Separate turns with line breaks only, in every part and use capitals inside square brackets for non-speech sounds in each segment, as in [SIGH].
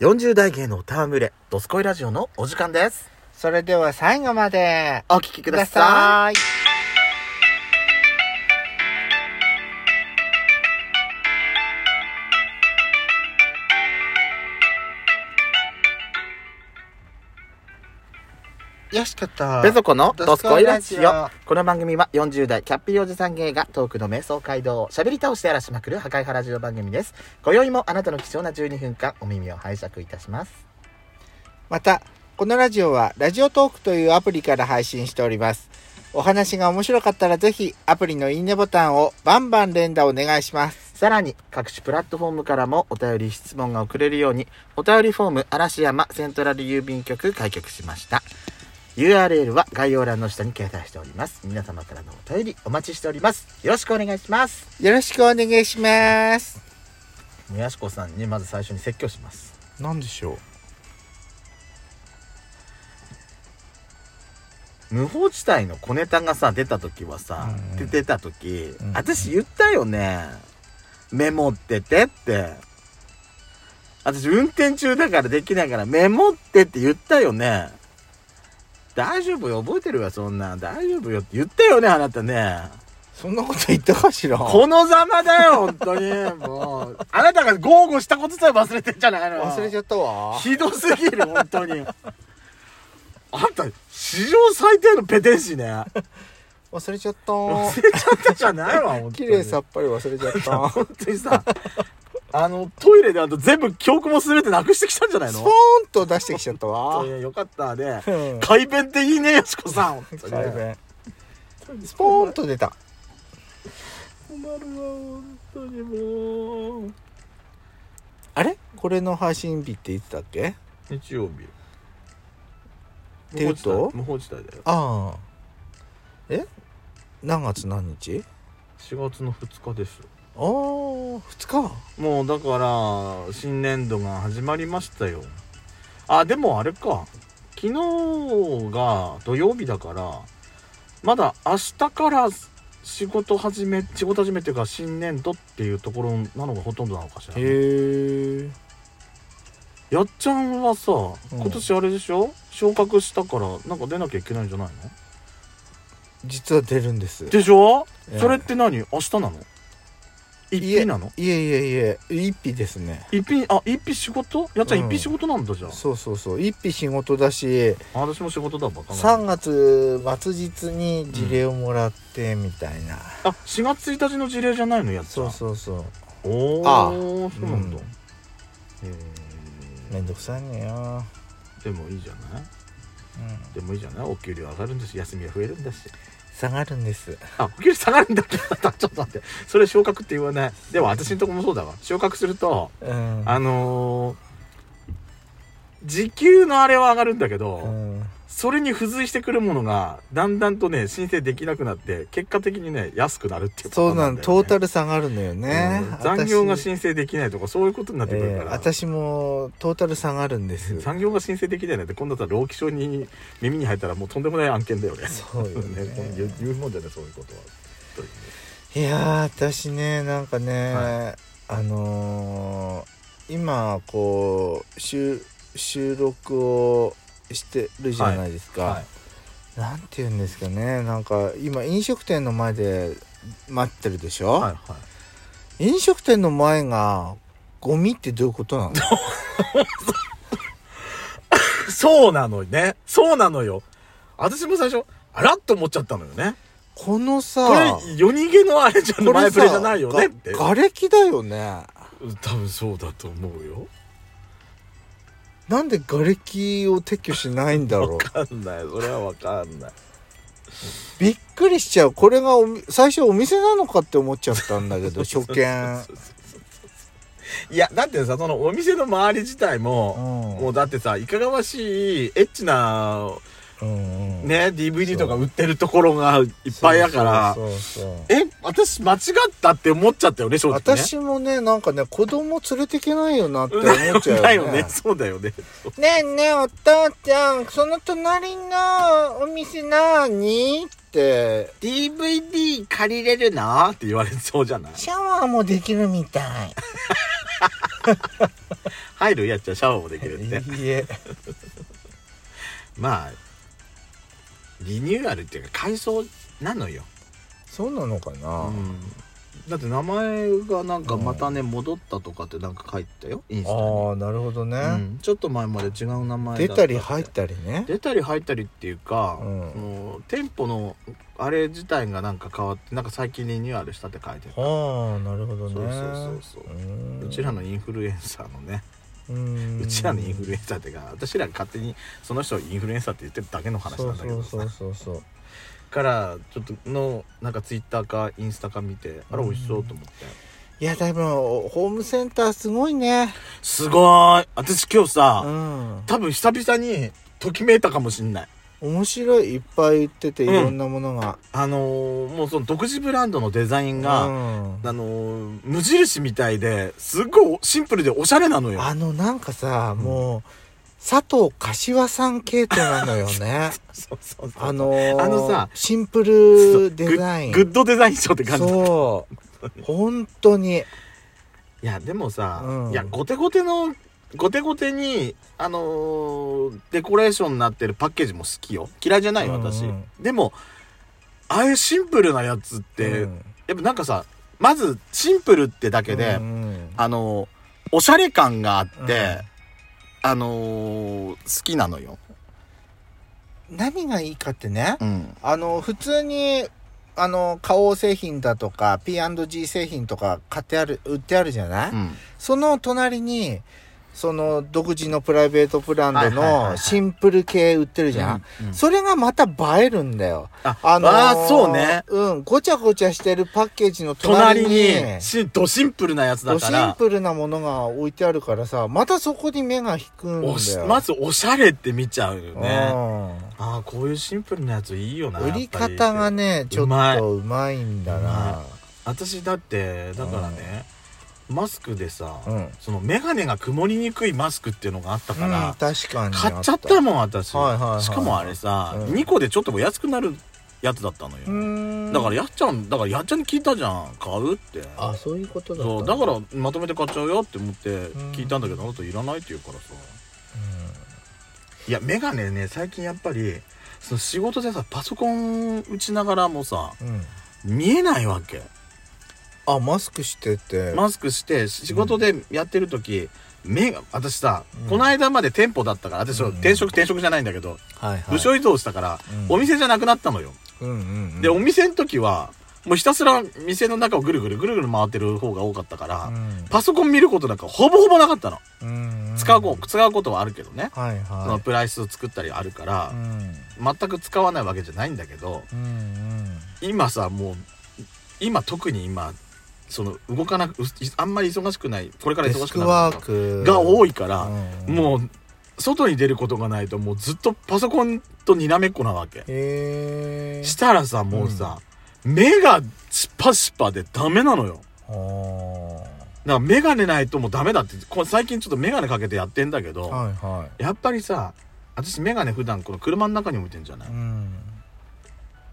40代芸の歌むれ、ドスコイラジオのお時間です。
それでは最後まで
お聞き
く
く
だ
だ
さ
さい。
い。よしこと。
ペゾコのドスコイラジ
ドスコイラ
オ。この番組は40代キャッピーおじさん芸がトークの瞑想街道を喋り倒して荒らしまくる破壊派ラジオ番組です。今宵もあなたの貴重な12分間お耳を拝借いたします。
また、このラジオはラジオトークというアプリから配信しております。お話が面白かったらぜひアプリのいいねボタンをバンバン連打お願いします。
さらに各種プラットフォームからもお便り質問が送れるようにお便りフォーム嵐山セントラル郵便局開局しました URL は概要欄の下に掲載しております皆様からのお便りお待ちしておりますよろしくお願いします
よろしくお願いします。
もやしこさんにまず最初に説教します
なんでしょう
無法地帯の小ネタがさ出た時はさ、
うん
で出た時、
うん
私言ったよねメモっててって私運転中だからできないからメモってって言ったよね大丈夫よ覚えてるわそんなん大丈夫よって言ったよねあなたね
そんなこと言ったかしら
このざまだよ本
[LAUGHS]
当にもうあなたが豪語したことさえ忘れてんじゃないの
忘れちゃった [LAUGHS] わ。
ひどすぎる本当にあんた史上最低のペテン師ね
忘れちゃ [LAUGHS] っ
忘
た。
れちゃったじゃないわ、本当に。
綺麗さっぱり忘れちゃ [LAUGHS] った。
本当にさ、あの、トイレであと全部記憶も全てなくしてきたんじゃない
ス
の
ポーンと出してきちゃったわ
い。やよかったね。
[LAUGHS] うん
改便っていいね、よしこさん。本当に
[LAUGHS] 改善スポーンと出た。
困るわ、本当にもう。
あれこれの配信日っていつだっけ
日曜日。
ていうと
無法地帯だよ。
ああ。え何月何日
4月の2日です。
ああ、2日は
もうだから、新年度が始まりましたよ。あ、でもあれか。昨日が土曜日だから、まだ明日から仕事始め、仕事始めっていうか新年度っていうところなのがほとんどなのかしら。
へえ。
やっちゃんはさ、
うん
今年あれでしょ昇格したからなんか出なきゃいけないんじゃないの
実は出るんです。
でしょ、
ええ
それって何明日なの一
いえ
品なの
いえいえいえ、一匹ですね。
一品、あ、一品仕事やっちゃん
うん
一品仕事なんだじゃん。
そうそうそう。一匹仕事だし、
あ私も仕事だ、バカな
3月末日に事例をもらってみたいな。
あ、4月1日の事例じゃないのやつ
そうそうそう。
う。おお、
ああ
そうなんだ。
うん
へ
めんどくさいねよ。
え。でもいいじゃない。
うん。
でもいいじゃない。お給料上がるんだし、休みは増えるんだし。
下がるんです。
あ、お給料下がるんだって。ちょっと待って。それ昇格って言わない。でも私のとこもそうだわ。昇格すると、
うん。
あのー時給のあれは上がるんだけど、
うん。
それに付随してくるものがだんだんとね申請できなくなって結果的にね安くなるっていう
そうなん
だよ
トータル下がるのよね
うん。残業が
私
申請できないとかそういうことになってくる
え
か
ー
ら、
私もトータル下がるんです。
残業が申請できないなんて今度だったら労基署に耳に入ったらもうとんでもない案件だよね
そうよね
[LAUGHS] こう言う言うもんじゃないそういうことは本当にね
いやー私ねなんかね、
は
あのー今こう収収録をしてるじゃないですか、
はい
なんて言うんですかねなんか今飲食店の前で待ってるでしょ、
はいはい
飲食店の前がゴミってどういうこ
[LAUGHS]
となの
そうなのよねそうなのよ私も最初あらっと思っちゃったのよね
このさ
これ夜逃げのあれじゃん
こ
前
れ
触れじゃないよねって
が瓦礫だよね
多分そうだと思うよ
なんで瓦礫を撤去しないんだろう
わかんないそれはわかんない
びっくりしちゃうこれがおみ最初お店なのかって思っちゃったんだけど初
そ
見
うそうそうそういやだってさそのお店の周り自体
う
も、
ん
もうだってさいかがわしいエッチな
うんうん
ね DVD とか売ってるところがいっぱいだから
そうそうそう
え私間違ったって思っちゃったよね正直ね
私もねなんかね子供連れてけないよなって思
[LAUGHS]
っち
だ
ゃう
よ
よね
ねそうだよね
ねえねえお父ちゃんその隣のお店なーにって
DVD 借りれるなって言われそうじゃない
シャワーもできるみたい
入るやっちゃシャワーもできるって
いいえ
まあリニューアルっていうか改装なのよ、
そうなのかな、
うんだって名前がなんかまたね、戻ったとかってなんか書いてたよインスタに
ああなるほどね、
うんちょっと前まで違う名前だ
出
った
り入ったりね
出たり入ったりっていうか、
うん
その店舗のあれ自体がなんか変わってなんか最近リニューアルしたって書いてる
ああなるほどね
そうそうそうそう
う
うちら
の
のインフルエンサーのね、
うん
うちらのインフルエンサーっていうか私らが勝手にその人をインフルエンサーって言ってるだけの話なんだけどさ
そうそうそうそう
からちょっとのなんかツイッターかインスタか見てあれ美味しそうと思って、
いやでもホームセンターすごいね
すごーい私今日さ、
うん
多分久々にときめいたかもしんない
面白いいっぱい売っててい
うん
ろんなものが、
あのーもうその独自ブランドのデザイン
うん、
が、あのー無印みたいですっごいシンプルでおしゃれなのよ
あのなんかさ、もう佐藤柏さん系統なのよね
そうそうそう
あの
[LAUGHS]
ー
あのさ
シンプ
そう
ルデザイン
グッグッドデザイン賞って感じ
そう本当に
いやでもさ、
うん
いやゴテゴテのゴテゴテにあのーデコレーションになってるパッケージも好きよ嫌いじゃないよ私、
うんうん
でもああいうシンプルなやつって、
うん
やっぱなんかさまずシンプルってだけで、
うんうん
あのーおしゃれ感があって、
うん
あのー好きなのよ、
何がいいかってね、
うん、
あの普通にあの花王製品だとか P&G 製品とか買ってある売ってあるじゃない、
うん
その隣にその独自のプライベートブランド
はいはいはいは
の
い
シンプル系売ってるじゃん、
うんうん
それがまた映えるんだよ。
あ
あのー
あーそうね
うん、ごちゃごちゃしてるパッケージの隣
隣
に、
にしドシンプルなやつだ
ド
か
シ
ら
ンプルなものが置いてあるからさ、またそこに目が引くんだ
おし
よ。
まずおしゃれって見ちゃうよね
ね。
ああこういうシンプルなやついいよな
売り方が
ね
ね、ちょっ
うまい
とうまいんだな。
私だってだからねマスクでさ、
うん。うん、
その眼鏡が曇りにくいマスクっていうのがあったから、
確かに。
買っちゃったもん私、
はいはいはい
しかもあれさ、
うん
2個でちょっとお安くなるやつだったのよ、
うーん。
だからやっちゃんだからやっちゃんに聞いたじゃん買うって
あ、そういうことだったん
そうだからまとめて買っちゃうよって思って聞いたんだけど、あなたいらないって言うからさいや眼鏡ね最近やっぱりその仕事でさパソコン打ちながらもさ
うん。うん
見えないわけ
あ、マスクしてて。
マスクして仕事でやってる時、目が私さ、
うん
この間まで店舗だったから私、
うん
転職転職じゃないんだけど、
はいはい。
部署移動したから、
うん
お店じゃなくなったのよ、
うんうんうん。
でお店の時はもうひたすら店の中をぐるぐるぐるぐる回ってる方が多かったから、
うん
パソコン見ることなんかほぼほぼなかったの、
うんうん
使うこ使うことはあるけどね、
はい
その
は
プライスを作ったりあるから
い。う、ん。
全く使わないわけじゃないんだけど、
うんうん。
今さもう今特に今その動かなくうあんまり忙しくないこれから
デ
忙
ス
しく
ク
な
ワ
る
ーク
が多
い
いから、
うん。
もう外に出ることがないともうずっとパソコンとにらめっこなわけ、
へえ。
したらさもうさ、目がシパシパでダメなのよ
あ
だか
ー
ら眼鏡ないともうダメだってこ最近ちょっと眼鏡かけてやってんだけど、
はいは
やっぱりさ私眼鏡普段この車の中に置いてんじゃない、
い。うん。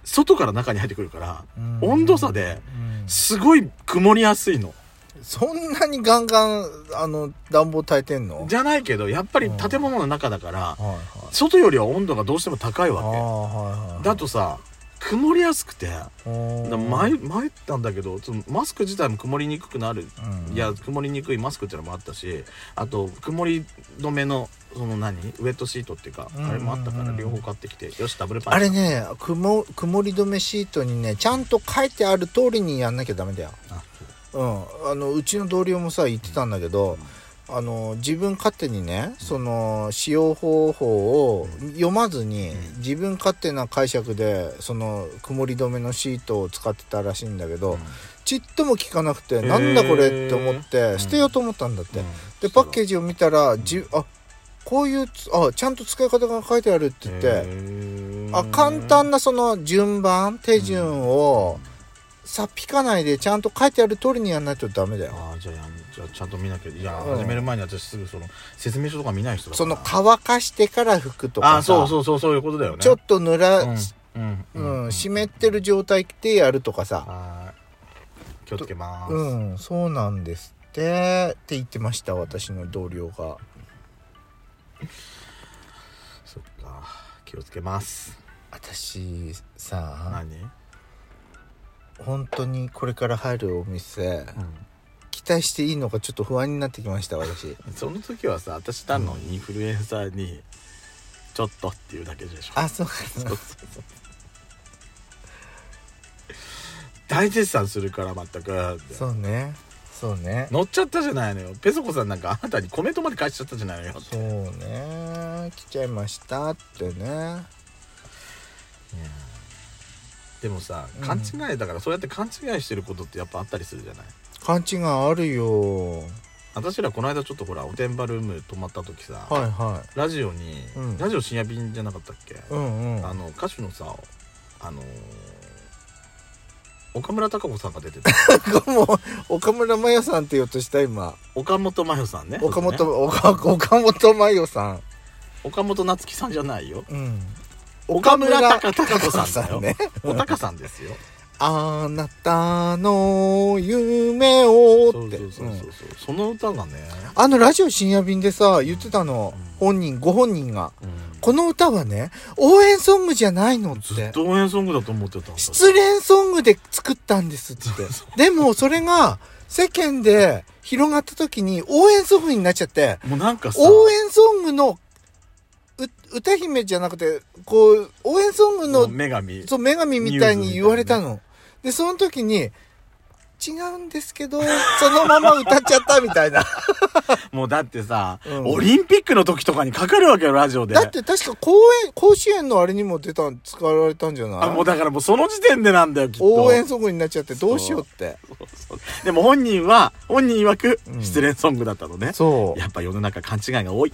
外から中に入ってくるから
うん
温度差で
うん
すごい曇りやすいの
そんなにガンガン、あの、暖房焚いてんの
じゃないけどやっぱり建物の中だから
はいはい。
外よりは温度がどうしても高い
ああ、
わ
はいは
け
い。
だとさ曇りやすくて
おー、
前前ったんだけどそのマスク自体も曇りにくくなる
うん
いや、曇りにくいマスクっていうのもあったしあと曇り止めのその何ウェットシートっていうか
うん
あれもあったから両方買ってきてよしダブルパンチ
あれね、曇曇り止めシートにね、ちゃんと書いてある通りにやんなきゃダメだよ。
あ
うん、あのうちの同僚もさ言ってたんだけど、あの自分勝手にねその使用方法を読まずに、
うん
自分勝手な解釈でその曇り止めのシートを使ってたらしいんだけど、
うん
ちっとも効かなくて、
ー
なんだこれって思って、
ん
捨てようと思ったんだって、
うん
でパッケージを見たらじあこういうつあちゃんと使い方が書いてあるって言って、
へー
あ簡単なその順番手順をさっぴかないでちゃんと書いてある通りにやんないとダメだよ
ああじゃあやんじゃあちゃんと見なきゃいや、
うん
始める前に私すぐその説明書とか見ない人だか
そ
ら
の乾かしてから拭くとかさ
あそうそうそうそういうことだよね
ちょっと濡ら、
うん
う
うんん、
湿ってる状態でやるとかさ
はーい気をつけまーす、
うんそうなんですっってって言ってました私の同僚が
そっか気をつけます
私さ
何、うん、
本当にこれから入るお店期待していいのかちょっと不安になってきました私
その時はさ私ただのインフルエンサーに「ちょっと」っていうだけでしょ
あそう
そう
か
そうそう大絶賛するから全く
そうねそうね
乗っちゃったじゃないのよペソコさんなんかあなたにコメントまで返しちゃったじゃないのよ
そうね来ちゃいましたってね
でもさ
うん
勘違いだから、そうやって勘違いしてることってやっぱあったりするじゃない
勘違いあるよ
私らこの間ちょっとほらおてんばルーム泊まった時さ、
はいは
ラジオに、
うん
ラジオ深夜便じゃなかったっけ、
いうんうん
あの歌手のさあのー岡村孝子さんが出て
[LAUGHS]
た
なんかもう岡村真代さんって言おうとした今
岡本真代さんね
岡
そうね
本岡岡本真代さん
岡本夏樹さんじゃないよ
うん
岡村孝子さんだよ
ね
おたかさんですよ
あなたの夢を
そう
って
そうそうそう、
うん
その歌がね、
あのラジオ深夜便でさ言ってたの、
うん
本人ご本人がこ
の
の歌はね応援ソングじゃないのっ
ずってと応援ソングだと思ってたんだ
失恋ソングで作ったんで
[LAUGHS]
すってでもそれが世間で広がった時に応援ソングになっちゃって
もうなんかさ
応援ソングのう歌姫じゃなくてこう応援ソングの
女神
そう、女神みたいに言われた
ミ
の。で、その時に、違うんですけど、そのまま歌っちゃったみたいな。
もうだってさ、
うん
オリンピックの時とかにかかるわけよラジオで
だって確か公演、甲子園のあれにも出た、使われたんじゃない
あもうだからもうその時点でなんだよきっと
応援ソングになっちゃってどうしようって。
そうそうでも本人は本人曰く
うん
失恋ソングだったのね、
そう。
やっぱ世の中勘違いが多い